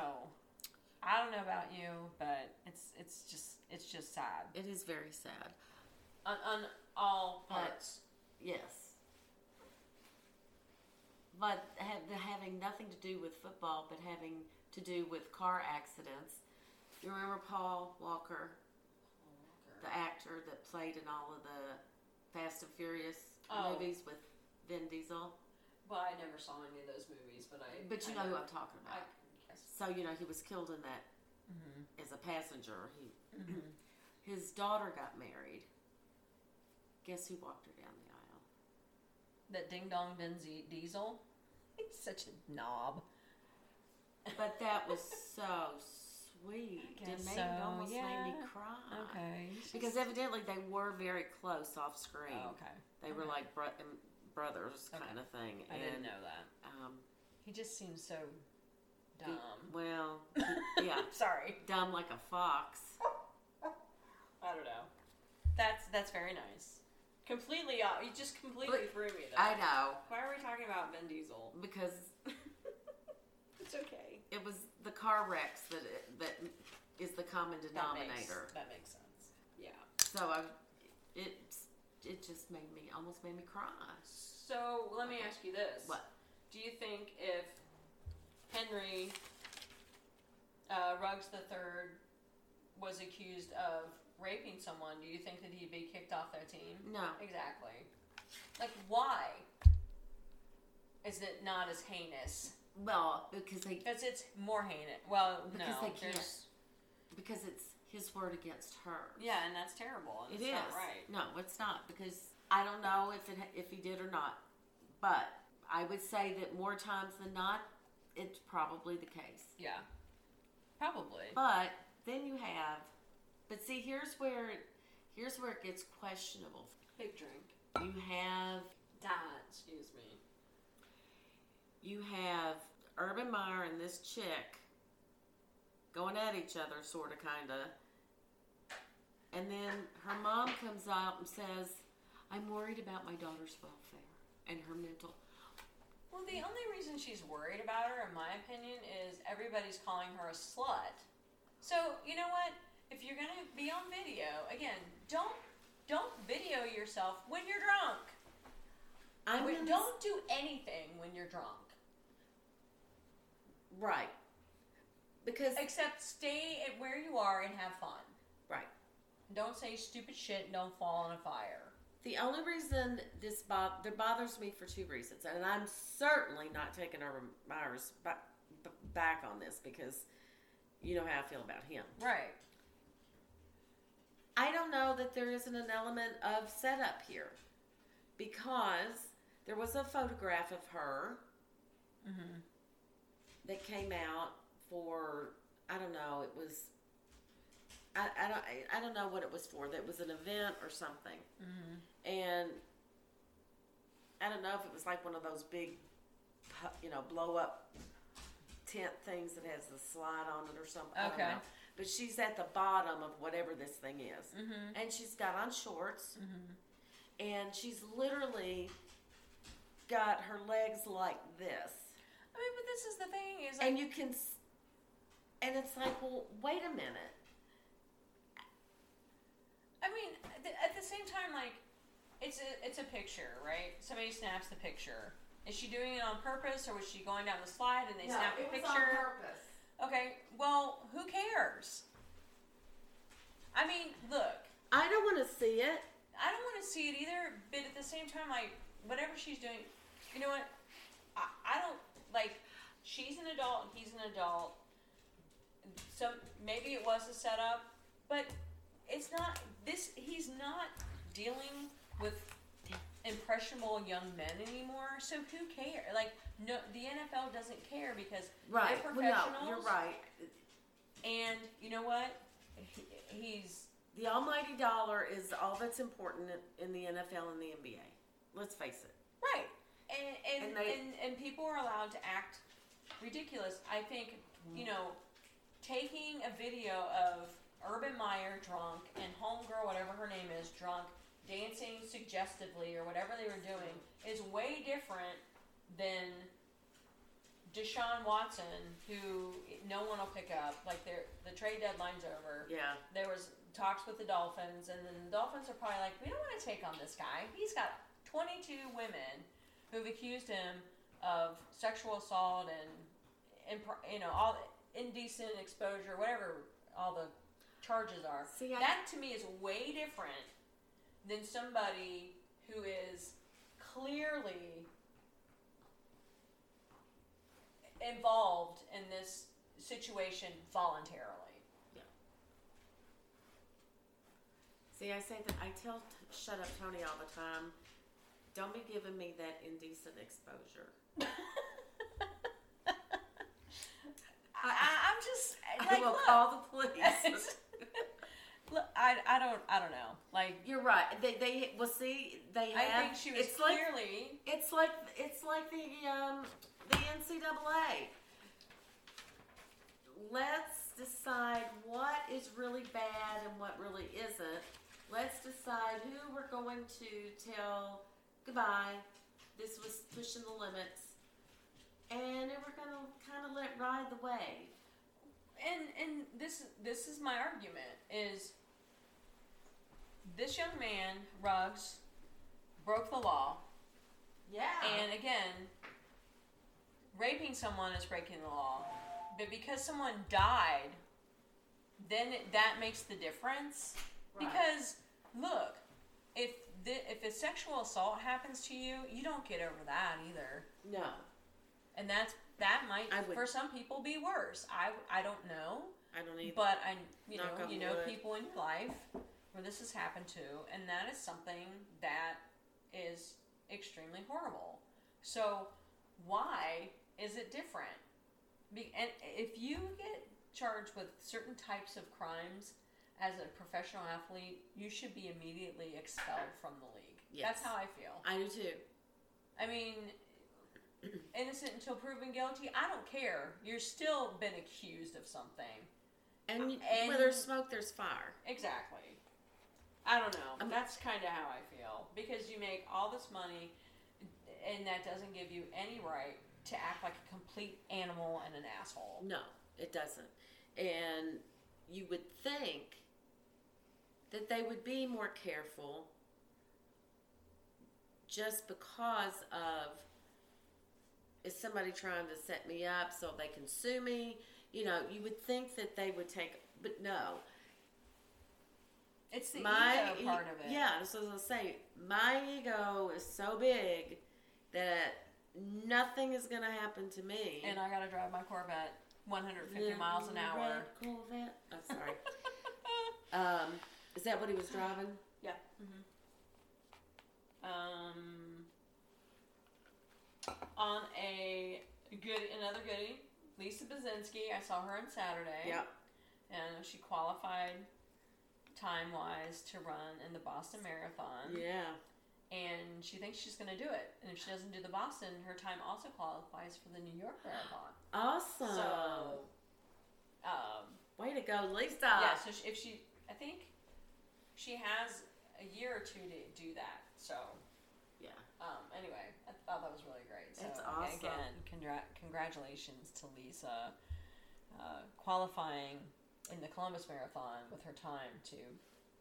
Speaker 1: I don't know about you, but it's it's just it's just sad
Speaker 2: It is very sad.
Speaker 1: on, on all parts.
Speaker 2: Yes. But ha- the- having nothing to do with football, but having to do with car accidents. You remember Paul Walker, the actor that played in all of the Fast and Furious
Speaker 1: Oh.
Speaker 2: movies with Vin Diesel?
Speaker 1: Well, I never saw any of those movies, but I
Speaker 2: But you
Speaker 1: I
Speaker 2: know who I'm talking
Speaker 1: I
Speaker 2: about.
Speaker 1: yes.
Speaker 2: So you know he was killed in that
Speaker 1: Mm-hmm.
Speaker 2: as a passenger. He
Speaker 1: Mhm.
Speaker 2: his daughter got married. Guess who walked her down the aisle?
Speaker 1: That ding dong Vin Z- Diesel. He's such a knob.
Speaker 2: But that was so sweet.
Speaker 1: I
Speaker 2: It
Speaker 1: guess
Speaker 2: made
Speaker 1: so,
Speaker 2: it almost made me
Speaker 1: yeah.
Speaker 2: cry.
Speaker 1: Okay.
Speaker 2: Because evidently they were very close off screen.
Speaker 1: Oh, okay.
Speaker 2: They were
Speaker 1: okay.
Speaker 2: like bro- um, brothers
Speaker 1: Okay.
Speaker 2: kind of thing.
Speaker 1: I
Speaker 2: and
Speaker 1: didn't know that.
Speaker 2: Um,
Speaker 1: He just seems so
Speaker 2: the-
Speaker 1: dumb.
Speaker 2: well, yeah,
Speaker 1: [laughs] Sorry.
Speaker 2: dumb like a fox.
Speaker 1: I don't know. That's that's very nice. Completely off. You just completely
Speaker 2: But-
Speaker 1: threw me. Though.
Speaker 2: I know
Speaker 1: Why are we talking about Vin Diesel? [laughs]
Speaker 2: because
Speaker 1: it's okay.
Speaker 2: it was the car wrecks that it, that is the common denominator.
Speaker 1: That makes, that makes sense. Yeah.
Speaker 2: So I, it it just made me almost made me cry.
Speaker 1: So let me ask you this:
Speaker 2: What?
Speaker 1: do you think if Henry uh, Ruggs the Third was accused of raping someone, do you think that he'd be kicked off their team?
Speaker 2: No,
Speaker 1: Exactly. Like, why is it not as heinous?
Speaker 2: well because they
Speaker 1: Because it's more heinous. Well,
Speaker 2: Because
Speaker 1: no,
Speaker 2: they can't.
Speaker 1: there's-
Speaker 2: because it's his word against hers.
Speaker 1: Yeah, and that's terrible. And
Speaker 2: It
Speaker 1: it's
Speaker 2: is
Speaker 1: not right.
Speaker 2: No, it's not because I don't know if it if he did or not, but I would say that more times than not, it's probably the case.
Speaker 1: Yeah. Probably.
Speaker 2: But then you have, but see, here's where here's where it gets questionable.
Speaker 1: Big drink.
Speaker 2: You have
Speaker 1: Dad, excuse me.
Speaker 2: you have Urban Meyer and this chick going at each other, sort of, kind of. And then her mom comes out and says, I'm worried about my daughter's welfare and her mental.
Speaker 1: Well, the only reason she's worried about her, in my opinion, is everybody's calling her a slut. So you know what? If you're gonna be on video, again, don't don't video yourself when you're drunk.
Speaker 2: I'm
Speaker 1: When-
Speaker 2: gonna-
Speaker 1: don't do anything when you're drunk,
Speaker 2: Right. Because.
Speaker 1: except stay at where you are and have fun.
Speaker 2: Right.
Speaker 1: Don't say stupid shit. And don't fall in a fire.
Speaker 2: The only reason this bob there bothers me for two reasons, and I'm certainly not taking Urban Meyer's ba- b- back on this because you know how I feel about him.
Speaker 1: Right.
Speaker 2: I don't know that there isn't an element of setup here because there was a photograph of her
Speaker 1: Mm-hmm.
Speaker 2: that came out for I don't know it was I, I don't I, I don't know what it was for that was an event or something
Speaker 1: Mm-hmm.
Speaker 2: and I don't know if it was like one of those big pu- you know blow up tent things that has the slide on it or something I don't
Speaker 1: Okay.
Speaker 2: know. but she's at the bottom of whatever this thing is
Speaker 1: Mm-hmm.
Speaker 2: and she's got on shorts
Speaker 1: Mm-hmm.
Speaker 2: and she's literally got her legs like this
Speaker 1: I mean, but this is the thing is like,
Speaker 2: and you can s- and it's like well wait a minute
Speaker 1: I mean, at the- at the same time, like, it's a it's a picture, right? Somebody snaps the picture. Is she doing it on purpose, or was she going down the slide and they snapped the picture?
Speaker 2: purpose
Speaker 1: Okay, well, who cares? I mean, look,
Speaker 2: i don't want to see it
Speaker 1: I don't want to see it either, but at the same time, like, whatever she's doing, you know what? I, I don't like. She's an adult. He's an adult. So maybe it was a setup, but it's not. This he's not dealing with impressionable young men anymore. So who cares? Like, no, the NFL doesn't care because
Speaker 2: right
Speaker 1: they're
Speaker 2: well,
Speaker 1: professionals.
Speaker 2: no you're right
Speaker 1: And you know what? He, he's
Speaker 2: the almighty dollar is all that's important in the nfl and the nba let's face it
Speaker 1: Right. And and, and,
Speaker 2: And they-
Speaker 1: and people are allowed to act ridiculous. I think, you know, taking a video of Urban Meyer drunk and homegirl, whatever her name is, drunk, dancing suggestively or whatever they were doing is way different than Deshaun Watson, who no one will pick up. Like, they're- the trade deadline's over
Speaker 2: yeah
Speaker 1: there was talks with the dolphins and then the dolphins are probably like we don't want to take on this guy he's got 22 women who've accused him of sexual assault and, and you know all indecent exposure whatever all the charges are
Speaker 2: See, I-
Speaker 1: that to me is way different than somebody who is clearly involved in this situation voluntarily
Speaker 2: See, I say that I tell Shut Up Tony all the time. Don't be giving me that indecent exposure.
Speaker 1: I, I- I'm just like
Speaker 2: I will
Speaker 1: look. [laughs]
Speaker 2: call the police.
Speaker 1: look, I, I don't I don't know. Like
Speaker 2: You're right. They, they well see they
Speaker 1: I
Speaker 2: have.
Speaker 1: think she was
Speaker 2: it's like
Speaker 1: clearly
Speaker 2: it's like it's like the um the NCAA. Let's decide what is really bad and what really isn't. Let's decide who we're going to tell goodbye. This was pushing the limits, and then we're gonna kind of let ride the wave.
Speaker 1: and and this this is my argument is this young man Ruggs broke the law
Speaker 2: Yeah.
Speaker 1: and again raping someone is breaking the law but because someone died then it, that makes the difference Because look, if the, if a sexual assault happens to you, you don't get over that either,
Speaker 2: no,
Speaker 1: and that's that might
Speaker 2: I would-
Speaker 1: for some people be worse. I I don't know.
Speaker 2: I don't either.
Speaker 1: But I, you
Speaker 2: Knock
Speaker 1: know,
Speaker 2: on
Speaker 1: you know
Speaker 2: wood.
Speaker 1: people in your life where this has happened to, and that is something that is extremely horrible. So why is it different? Be- and if you get charged with certain types of crimes as a professional athlete, you should be immediately expelled from the league.
Speaker 2: Yes.
Speaker 1: That's how I feel.
Speaker 2: I do too.
Speaker 1: I mean, innocent until proven guilty. I don't care. You're still been accused of something.
Speaker 2: And,
Speaker 1: And-
Speaker 2: where there's smoke, there's fire.
Speaker 1: Exactly. I don't know.
Speaker 2: Um,
Speaker 1: That's kind of how I feel because you make all this money, and that doesn't give you any right to act like a complete animal and an asshole.
Speaker 2: No, it doesn't. And you would think that they would be more careful just because of is somebody trying to set me up so they can sue me? You know, you would think that they would take, but no.
Speaker 1: It's the
Speaker 2: my e-,
Speaker 1: ego part of it.
Speaker 2: Yeah, that's what I was gonna say. My ego is so big that nothing is gonna happen to me.
Speaker 1: And I got to drive my Corvette 150
Speaker 2: Little
Speaker 1: miles an hour.
Speaker 2: red Corvette. I'm sorry.
Speaker 1: [laughs]
Speaker 2: Um, is that what he was driving?
Speaker 1: um, on a good another goodie, Lisa Bazinski. I saw her on Saturday. and she qualified time wise to run in the Boston Marathon.
Speaker 2: Yeah.
Speaker 1: And she thinks she's going to do it. And if she doesn't do the Boston, her time also qualifies for the New York Marathon.
Speaker 2: Awesome.
Speaker 1: So, um,
Speaker 2: Way to go, Lisa.
Speaker 1: yeah, so she, if she, I think she has a year or two to do that. So,
Speaker 2: Yeah.
Speaker 1: um, anyway, I thought that was really great. So,
Speaker 2: That's awesome.
Speaker 1: Again, congra- congratulations to Lisa uh, qualifying in the Columbus Marathon with her time to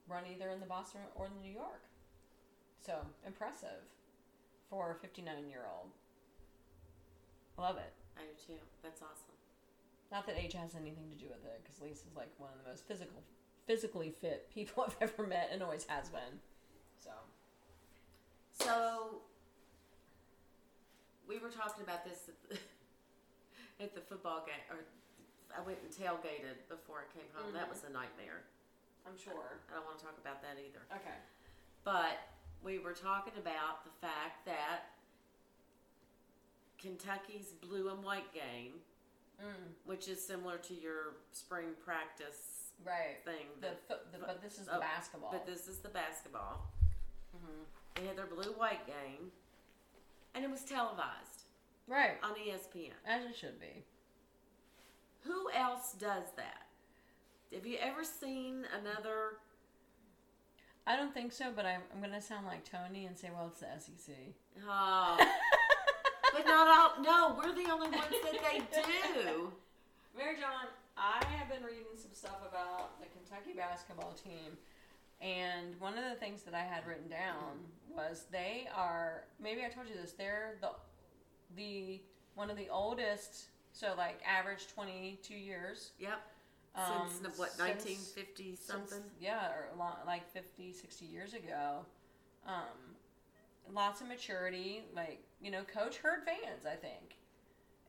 Speaker 1: run either in the Boston or in New York. So impressive for a 59 year old. Love it.
Speaker 2: I do too. That's awesome.
Speaker 1: Not that age has anything to do with it, because Lisa's like one of the most physical, physically fit [laughs] people I've ever met, and always has been. So
Speaker 2: So we were talking about this at the, at the [laughs] football game, or I went and tailgated before I came home. That
Speaker 1: Mhm.
Speaker 2: was a nightmare.
Speaker 1: I'm sure.
Speaker 2: I don't want to talk about that either.
Speaker 1: Okay.
Speaker 2: But we were talking about the fact that Kentucky's blue and white game,
Speaker 1: Mm,
Speaker 2: which is similar to your spring practice
Speaker 1: right.
Speaker 2: thing,
Speaker 1: The, fo- the but this is
Speaker 2: Oh,
Speaker 1: the basketball.
Speaker 2: but this is the basketball.
Speaker 1: mm-hmm.
Speaker 2: They had their blue white game, and it was televised
Speaker 1: Right.
Speaker 2: on E ESPN.
Speaker 1: As it should be.
Speaker 2: Who else does that? Have you ever seen another?
Speaker 1: I don't think so, but I'm, I'm going to sound like Tony and say, well, it's the E SEC. [laughs]
Speaker 2: Oh, but not all. No, we're the only ones that they do.
Speaker 1: Mary John, I have been reading some stuff about the Kentucky basketball team, and one of the things that I had written down was they are maybe I told you this they're the the one of the oldest, so like average twenty two years
Speaker 2: Yep.
Speaker 1: um,
Speaker 2: since the, what
Speaker 1: since-
Speaker 2: 1950
Speaker 1: since-
Speaker 2: something
Speaker 1: yeah, or a lot, like 50, 60 years ago. Um, lots of maturity. Like, you know, Coach Herd Vans, I think.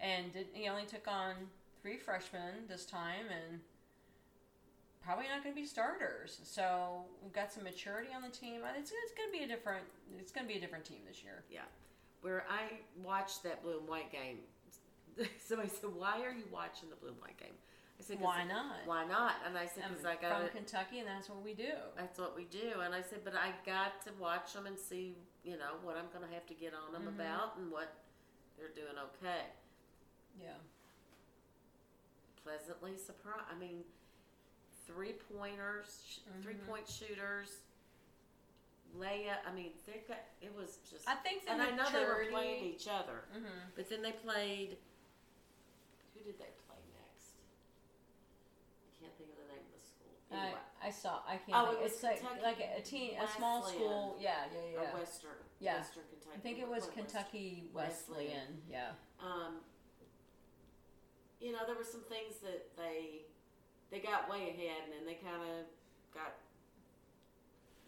Speaker 1: And did, he only took on three freshmen this time and probably not going to be starters. So we've got some maturity on the team. I- It's, it's going to be a different it's going to be a different team this year.
Speaker 2: where I watched that blue and white game. [laughs] Somebody said, "Why are you watching the blue and white game?" I said, 'Cause-
Speaker 1: Why not?
Speaker 2: Why not?" And I said,
Speaker 1: I'm
Speaker 2: "Because I got
Speaker 1: from
Speaker 2: it.
Speaker 1: Kentucky, and that's what we do.
Speaker 2: That's what we do." And I said, "But I got to watch them and see, you know, what I'm going to have to get on them
Speaker 1: Mhm.
Speaker 2: about and what they're doing." Okay,
Speaker 1: Yeah.
Speaker 2: pleasantly surprised. I mean, three pointers, sh-
Speaker 1: Mhm.
Speaker 2: three point shooters, layup. I mean, they got it was just.
Speaker 1: I think the
Speaker 2: and I
Speaker 1: maturity.
Speaker 2: know they were playing each other.
Speaker 1: Mhm.
Speaker 2: But then they played. Who did they play next? I can't think of the name of the school.
Speaker 1: I,
Speaker 2: Anyway,
Speaker 1: I saw. I can't.
Speaker 2: Oh,
Speaker 1: think.
Speaker 2: it was
Speaker 1: it's like
Speaker 2: Kentucky
Speaker 1: like a teen, a small
Speaker 2: Wesleyan.
Speaker 1: school. Yeah, yeah,
Speaker 2: or
Speaker 1: yeah.
Speaker 2: Western.
Speaker 1: Yeah.
Speaker 2: Western Kentucky.
Speaker 1: I think it
Speaker 2: What-
Speaker 1: was
Speaker 2: what
Speaker 1: Kentucky
Speaker 2: Wesleyan.
Speaker 1: Wesleyan. Yeah.
Speaker 2: Um, you know, there were some things that they they got way ahead, and then they kind of got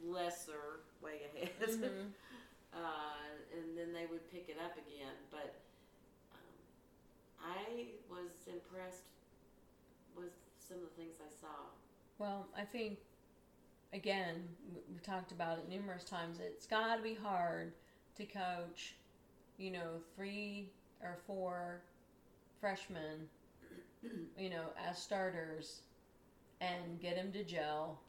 Speaker 2: lesser way ahead. [laughs]
Speaker 1: Mhm.
Speaker 2: uh, and then they would pick it up again. But um, I was impressed with some of the things I saw.
Speaker 1: Well, I think, again, we- we talked about it numerous times. It's got to be hard to coach, you know, three or four freshmen, [clears throat] you know, as starters, and get them to gel,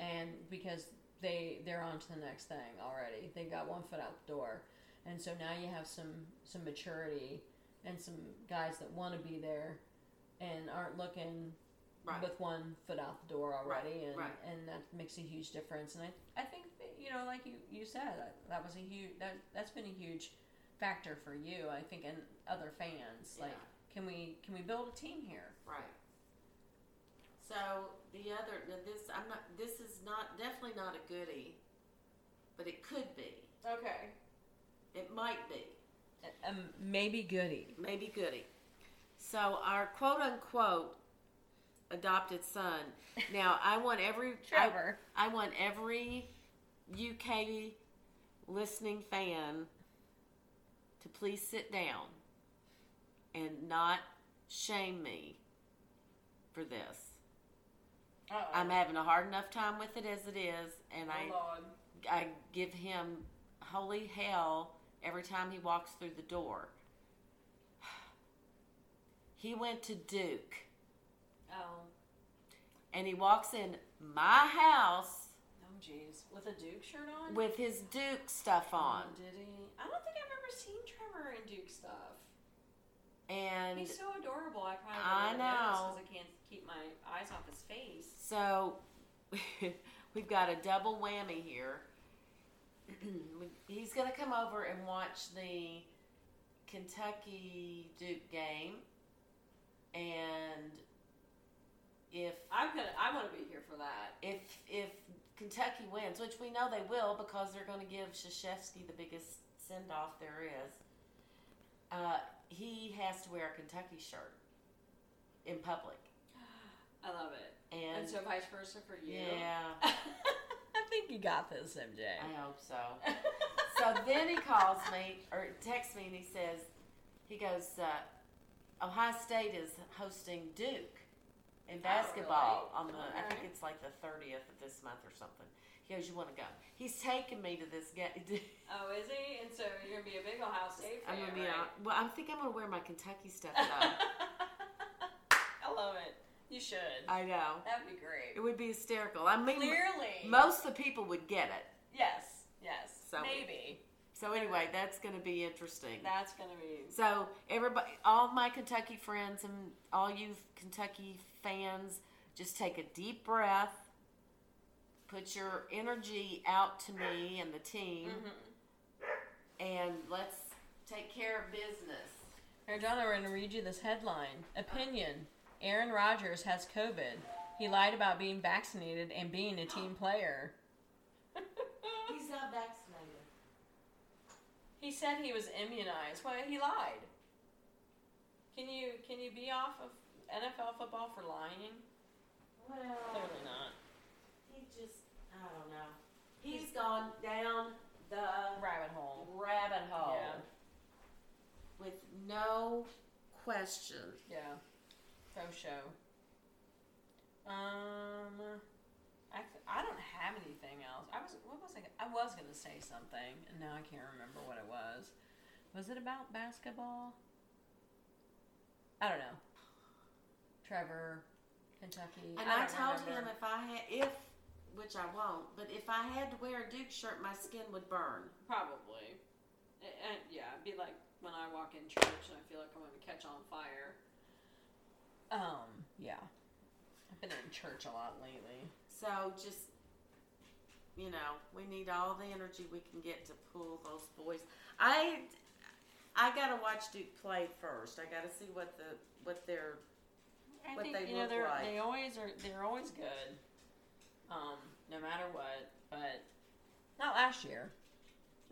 Speaker 1: and because they they're on to the next thing already. They got one foot out the door, and so now you have some some maturity and some guys that want to be there and aren't looking
Speaker 2: Right.
Speaker 1: with one foot out the door already, and
Speaker 2: right.
Speaker 1: and that makes a huge difference. And I, I think that, you know, like you, you said, that, that was a huge that that's been a huge factor for you, I think, and other fans. Like,
Speaker 2: Yeah.
Speaker 1: can we can we build a team here?
Speaker 2: Right. So the other now this I'm not this is not definitely not a goodie, but it could be.
Speaker 1: Okay.
Speaker 2: It might be.
Speaker 1: Um, maybe Goody.
Speaker 2: Maybe goodie. So our quote unquote adopted son. Now I want every I-
Speaker 1: Trevor.
Speaker 2: I, want every UK listening fan to please sit down and not shame me for this. I'm having a hard enough time with it as it is, and I I give him holy hell every time he walks through the door. [sighs] He went to Duke
Speaker 1: Oh,
Speaker 2: and he walks in my house
Speaker 1: oh, jeez, with a Duke shirt on.
Speaker 2: with his Duke stuff on.
Speaker 1: Oh, did he? I don't think I've ever seen Trevor in Duke stuff.
Speaker 2: And
Speaker 1: He's so adorable. I probably
Speaker 2: I
Speaker 1: don't notice
Speaker 2: know.
Speaker 1: 'cause I can't keep my eyes off his face.
Speaker 2: so [laughs] we've got a double whammy here. [clears throat] He's going to come over and watch the Kentucky Duke game. And if
Speaker 1: I'm gonna. I want to be here for that.
Speaker 2: if if Kentucky wins, which we know they will because they're going to give Shashevsky the biggest send off there is, uh, he has to wear a Kentucky shirt in public.
Speaker 1: I love it. And,
Speaker 2: And,
Speaker 1: so vice versa for you. [laughs]
Speaker 2: yeah,
Speaker 1: I think you got this, MJ.
Speaker 2: I hope so. So then he calls me or texts me and he says, he goes, uh, Ohio State is hosting Duke in basketball
Speaker 1: Oh,
Speaker 2: on
Speaker 1: really?
Speaker 2: the, I think
Speaker 1: Oh, Okay.
Speaker 2: it's like the 30th of this month or something. He goes, you want to go? He's taking me to this [laughs] game.
Speaker 1: oh, is he? And so you're gonna be a big Ohio State fan.
Speaker 2: I'm gonna be [laughs]
Speaker 1: right?
Speaker 2: out. Well, I think I'm gonna wear my Kentucky stuff though.
Speaker 1: [laughs] I love it. You should.
Speaker 2: I know
Speaker 1: That'd be great.
Speaker 2: it would be hysterical. I mean,
Speaker 1: Clearly,
Speaker 2: most of the people would get it.
Speaker 1: yes, yes,
Speaker 2: So- [laughs]
Speaker 1: maybe
Speaker 2: So anyway, that's gonna be interesting.
Speaker 1: that's gonna be.
Speaker 2: So everybody, all my Kentucky friends and all you Kentucky fans, just take a deep breath. Put your energy out to me and the team,
Speaker 1: Mhm.
Speaker 2: and let's take care
Speaker 1: [laughs]
Speaker 2: of business.
Speaker 1: Here, John, we're going to read you this headline. Opinion Aaron Rodgers has COVID. He lied about being vaccinated and being a team player. [laughs]
Speaker 2: He's not vaccinated.
Speaker 1: he said he was immunized. Well, he lied. Can you can you be off of NFL football for lying?
Speaker 2: Well.
Speaker 1: Clearly not.
Speaker 2: He just, I don't know. He's gone down the
Speaker 1: Rabbit hole.
Speaker 2: rabbit hole
Speaker 1: Yeah.
Speaker 2: with no question.
Speaker 1: Yeah. Faux show. Um, I, th- I don't have anything else. I was what was I? g- I was gonna say something, and now I can't remember what it was. Was it about basketball? I don't know. Trevor, Kentucky.
Speaker 2: And I,
Speaker 1: don't
Speaker 2: told him
Speaker 1: remember.
Speaker 2: if I had, if, which I won't, but if I had to wear a Duke shirt, my skin would burn.
Speaker 1: probably. It, and yeah, it'd be like when I walk in church and I feel like I'm gonna catch on fire. Um. Yeah. I've been in church a lot lately.
Speaker 2: So just, you know, we need all the energy we can get to pull those boys. I, I gotta watch Duke play first. I gotta see what the what their
Speaker 1: I
Speaker 2: what
Speaker 1: think
Speaker 2: they
Speaker 1: you know
Speaker 2: look
Speaker 1: they're
Speaker 2: like.
Speaker 1: they always are they're always good, um, no matter what. But not last year.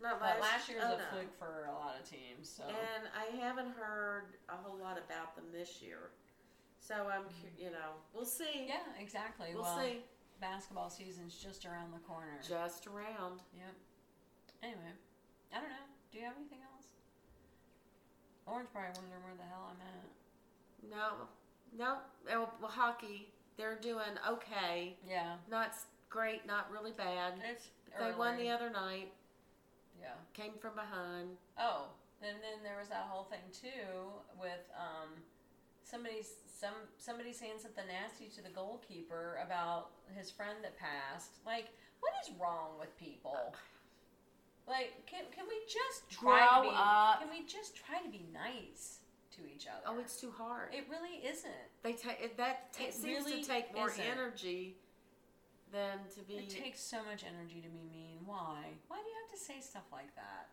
Speaker 2: not
Speaker 1: But last year was
Speaker 2: oh,
Speaker 1: a
Speaker 2: no.
Speaker 1: fluke for a lot of teams. So
Speaker 2: And I haven't heard a whole lot about them this year. So I'm, cu- you know, we'll
Speaker 1: Mm.
Speaker 2: see.
Speaker 1: yeah, exactly.
Speaker 2: We'll
Speaker 1: well,
Speaker 2: see.
Speaker 1: basketball season's just around the corner.
Speaker 2: Just around.
Speaker 1: yep. Anyway, I don't know. Do you have anything else? Orange probably wondering where the hell I'm at.
Speaker 2: No, no. Oh, well, hockey. They're doing okay.
Speaker 1: Yeah.
Speaker 2: Not s- great, not really bad.
Speaker 1: It's
Speaker 2: But They won
Speaker 1: early.
Speaker 2: the other night,
Speaker 1: Yeah.
Speaker 2: came from behind.
Speaker 1: Oh, and then there was that whole thing too with um, somebody's some somebody saying something nasty to the goalkeeper about his friend that passed. Like, what is wrong with people? Like, can can we just try to
Speaker 2: Grow
Speaker 1: be,
Speaker 2: up.
Speaker 1: Can we just try to be nice to each other?
Speaker 2: Oh, it's too hard.
Speaker 1: it really isn't.
Speaker 2: they take it, that ta
Speaker 1: It
Speaker 2: seems
Speaker 1: really
Speaker 2: to take more
Speaker 1: isn't.
Speaker 2: energy than to be.
Speaker 1: It takes so much energy to be mean. Why? Why do you have to say stuff like that?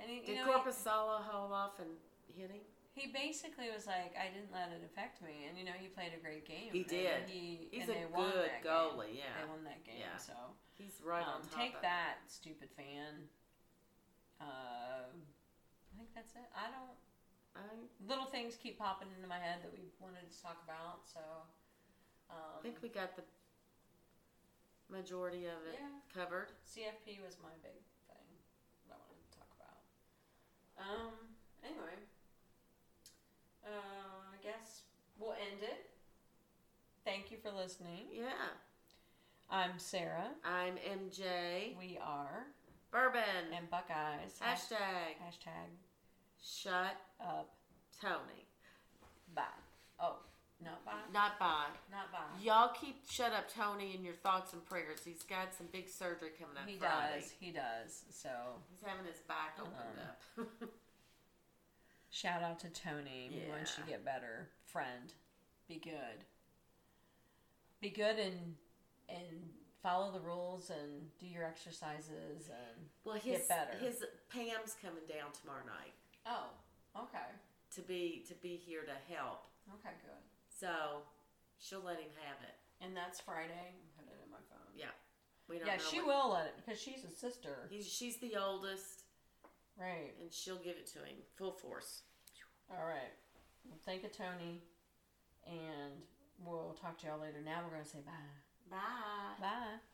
Speaker 1: And you, you
Speaker 2: did
Speaker 1: know, he-
Speaker 2: Corpus Sala haul off and hit him?
Speaker 1: He basically was like, I didn't let it affect me, and you know he played a great game.
Speaker 2: He
Speaker 1: and
Speaker 2: did.
Speaker 1: He,
Speaker 2: He's
Speaker 1: and they
Speaker 2: a
Speaker 1: won
Speaker 2: good
Speaker 1: that Game.
Speaker 2: goalie.
Speaker 1: They
Speaker 2: Yeah,
Speaker 1: won that game,
Speaker 2: Yeah.
Speaker 1: so
Speaker 2: he's right
Speaker 1: um,
Speaker 2: on top.
Speaker 1: take
Speaker 2: of it.
Speaker 1: that, stupid fan. Uh, I think that's it. I don't.
Speaker 2: I
Speaker 1: Little things keep popping into my head that we wanted to talk about, so um,
Speaker 2: think we got the majority of it
Speaker 1: yeah.
Speaker 2: covered.
Speaker 1: CFP was my big thing that I wanted to talk about. Um. Anyway, uh, I guess we'll end it. Thank you for listening.
Speaker 2: Yeah,
Speaker 1: I'm Sarah.
Speaker 2: I'm MJ
Speaker 1: We are
Speaker 2: Bourbon.
Speaker 1: and Buckeyes. Hash-
Speaker 2: Hashtag
Speaker 1: Hashtag
Speaker 2: shut
Speaker 1: up.
Speaker 2: Tony.
Speaker 1: Bye. Oh, not bye.
Speaker 2: Not by.
Speaker 1: Not bye.
Speaker 2: Y'all keep shut up Tony in your thoughts and prayers. He's got some big surgery coming up
Speaker 1: He
Speaker 2: Friday.
Speaker 1: does. Um, He does. So
Speaker 2: He's having his back opened up. [laughs]
Speaker 1: shout out to Tony. We want you
Speaker 2: Yeah.
Speaker 1: to get better, friend. Be good. Be good and and follow the rules and do your exercises and.
Speaker 2: well,
Speaker 1: Get
Speaker 2: his
Speaker 1: better.
Speaker 2: his Pam's coming down tomorrow night
Speaker 1: Oh. Okay.
Speaker 2: to be to be here to help.
Speaker 1: Okay. Good.
Speaker 2: So she'll let him have it.
Speaker 1: And that's Friday. I put it in my phone.
Speaker 2: Yeah, we don't
Speaker 1: Yeah,
Speaker 2: know.
Speaker 1: she
Speaker 2: what-
Speaker 1: will let it because she's a sister.
Speaker 2: He's, she's the oldest,
Speaker 1: Right.
Speaker 2: and she'll give it to him full force.
Speaker 1: All right. Well, thank you, Tony. And we'll talk to y'all later. Now we're going to say bye.
Speaker 2: Bye.
Speaker 1: Bye.